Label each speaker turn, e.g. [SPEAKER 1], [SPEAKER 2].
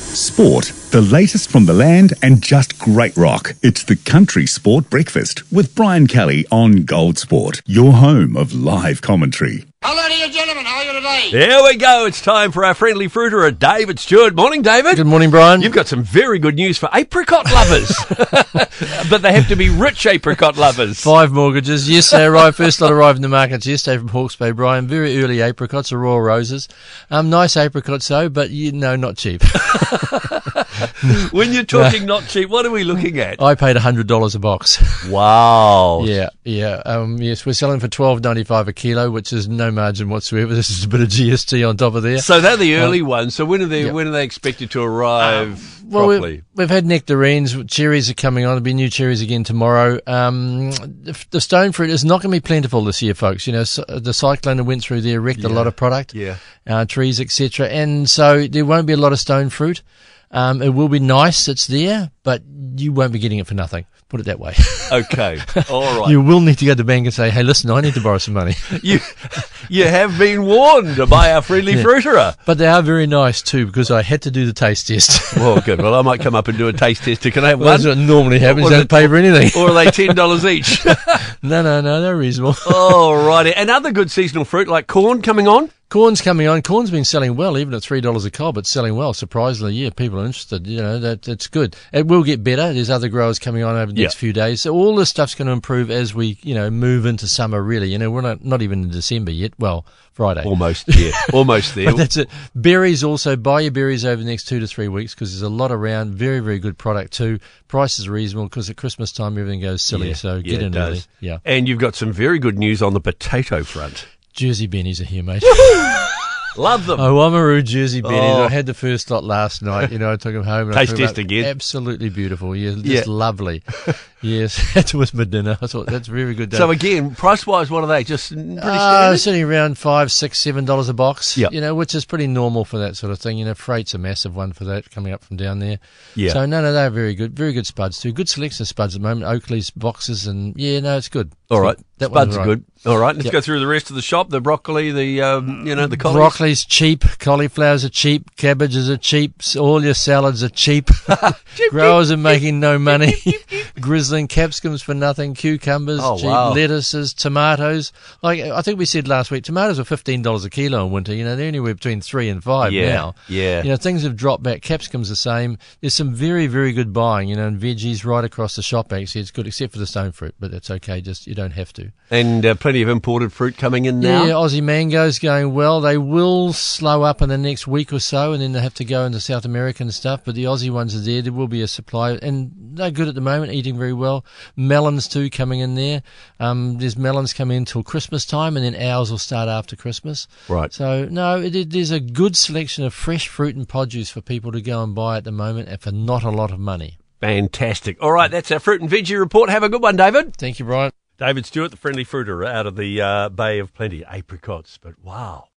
[SPEAKER 1] Sport, the latest from the land and just great rock. It's the Country Sport Breakfast with Brian Kelly on Gold Sport, your home of live commentary.
[SPEAKER 2] Hello, ladies and gentlemen. How are you today?
[SPEAKER 3] There we go. It's time for our friendly fruiterer, David Stewart. Morning, David.
[SPEAKER 4] Good morning, Brian.
[SPEAKER 3] You've got some very good news for apricot lovers, but they have to be rich apricot lovers.
[SPEAKER 4] Five mortgages. Yes, they arrived. First lot arrived in the markets yesterday from Hawke's Bay, Brian. Very early apricots, are raw roses. Um, nice apricots though, but you know, not cheap.
[SPEAKER 3] When you're talking not cheap, what are we looking at?
[SPEAKER 4] I paid hundred dollars a box.
[SPEAKER 3] Wow.
[SPEAKER 4] Yeah, yeah. Um, yes, we're selling for twelve ninety five a kilo, which is no margin whatsoever. This is a bit of GST on top of there.
[SPEAKER 3] So they're
[SPEAKER 4] Uh,
[SPEAKER 3] the early ones. So when are they? When are they expected to arrive
[SPEAKER 4] Uh, Well,
[SPEAKER 3] properly?
[SPEAKER 4] we've, we've had nectarines. Cherries are coming on. There'll be new cherries again tomorrow. Um, the, the stone fruit is not going to be plentiful this year, folks. You know, so, the cyclone that went through there wrecked a lot of product,
[SPEAKER 3] Yeah.
[SPEAKER 4] uh, trees, etc. And so there won't be a lot of stone fruit. Um, it will be nice. It's there, but you won't be getting it for nothing. Put it that way.
[SPEAKER 3] Okay. All right.
[SPEAKER 4] you will need to go to the bank and say, "Hey, listen, I need to borrow some money."
[SPEAKER 3] you you have been warned by our friendly fruiterer.
[SPEAKER 4] But they are very nice too, because I had to do the taste test.
[SPEAKER 3] Well, good. Well, I might come up and do a taste tester. Can I have
[SPEAKER 4] That's
[SPEAKER 3] one?
[SPEAKER 4] what normally happens.
[SPEAKER 3] was
[SPEAKER 4] Don't
[SPEAKER 3] it-
[SPEAKER 4] pay for anything.
[SPEAKER 3] Or are they ten dollars each?
[SPEAKER 4] No, no, no. They're reasonable.
[SPEAKER 3] All righty. And other good seasonal fruit like corn coming on.
[SPEAKER 4] Corn's coming on. Corn's been selling well, even at three dollars a cob. It's selling well, surprisingly. Yeah, people are interested. You know, that that's good. It will get better. There's other growers coming on over the next
[SPEAKER 3] Yeah.
[SPEAKER 4] few days. So all this stuff's going to improve as we, you know, move into summer. Really, you know, we're not not even in December yet. Well, Friday.
[SPEAKER 3] Almost there. Almost there.
[SPEAKER 4] But that's it. Berries also buy your berries over the next two to three weeks because there's a lot around. Very very good product too. Price is reasonable because at Christmas time everything goes silly. so
[SPEAKER 3] yeah,
[SPEAKER 4] get
[SPEAKER 3] it
[SPEAKER 4] in
[SPEAKER 3] does.
[SPEAKER 4] early. Yeah.
[SPEAKER 3] And you've got some very good news on the potato front.
[SPEAKER 4] Jersey bennies are here, mate.
[SPEAKER 3] Love them.
[SPEAKER 4] Oh, Oamaru Jersey Bennies.
[SPEAKER 3] Oh.
[SPEAKER 4] I had the first lot last night. You know, I took them home. And I
[SPEAKER 3] Taste
[SPEAKER 4] threw 'em
[SPEAKER 3] test
[SPEAKER 4] up.
[SPEAKER 3] again.
[SPEAKER 4] Absolutely beautiful. Yeah, just
[SPEAKER 3] Yeah.
[SPEAKER 4] lovely. yes, that was my dinner. I thought that's very good. Day.
[SPEAKER 3] so again, price wise, what are they? Just pretty
[SPEAKER 4] uh,
[SPEAKER 3] standard.
[SPEAKER 4] sitting around five, six, seven dollars a box.
[SPEAKER 3] Yep.
[SPEAKER 4] you know, which is pretty normal for that sort of thing. You know, freight's a massive one for that coming up from down there.
[SPEAKER 3] Yeah.
[SPEAKER 4] So no, no, they're very good, very good spuds too. Good selection of spuds at the moment. Oakley's boxes and yeah, no, it's good.
[SPEAKER 3] All right.
[SPEAKER 4] that
[SPEAKER 3] Spuds
[SPEAKER 4] one's
[SPEAKER 3] are
[SPEAKER 4] right.
[SPEAKER 3] good. All right. Let's
[SPEAKER 4] Yep.
[SPEAKER 3] go through the rest of the shop. The broccoli, the um, you know, the collies.
[SPEAKER 4] Broccoli's cheap, cauliflowers are cheap, cabbages are cheap, s- all your salads are cheap. Growers are making no money. Grizzling capsicums for nothing, cucumbers,
[SPEAKER 3] Oh,
[SPEAKER 4] cheap
[SPEAKER 3] wow.
[SPEAKER 4] lettuces, tomatoes. Like I think we said last week, tomatoes are fifteen dollars a kilo in winter. You know they're anywhere between three and five
[SPEAKER 3] Yeah,
[SPEAKER 4] now.
[SPEAKER 3] yeah.
[SPEAKER 4] You know things have dropped back. Capsicums the same. There's some very very good buying. You know and veggies right across the shop. Actually, it's good except for the stone fruit, but that's okay. Just you don't have to.
[SPEAKER 3] And uh, plenty of imported fruit coming in now.
[SPEAKER 4] Yeah, Aussie mangoes going well. They will slow up in the next week or so, and then they have to go into South American stuff. But the Aussie ones are there. There will be a supply, and they're good at the moment, eating very well. Melons too coming in there. Um, there's melons coming in till Christmas time, and then ours will start after Christmas.
[SPEAKER 3] Right.
[SPEAKER 4] So no, it, it- there's a good selection of fresh fruit and produce for people to go and buy at the moment, and for not a lot of money.
[SPEAKER 3] Fantastic. All right. That's our fruit and veggie report. Have a good one, David.
[SPEAKER 4] Thank you, Brian.
[SPEAKER 3] David Stewart, the friendly fruiterer out of the uh, Bay of Plenty. Apricots. But wow.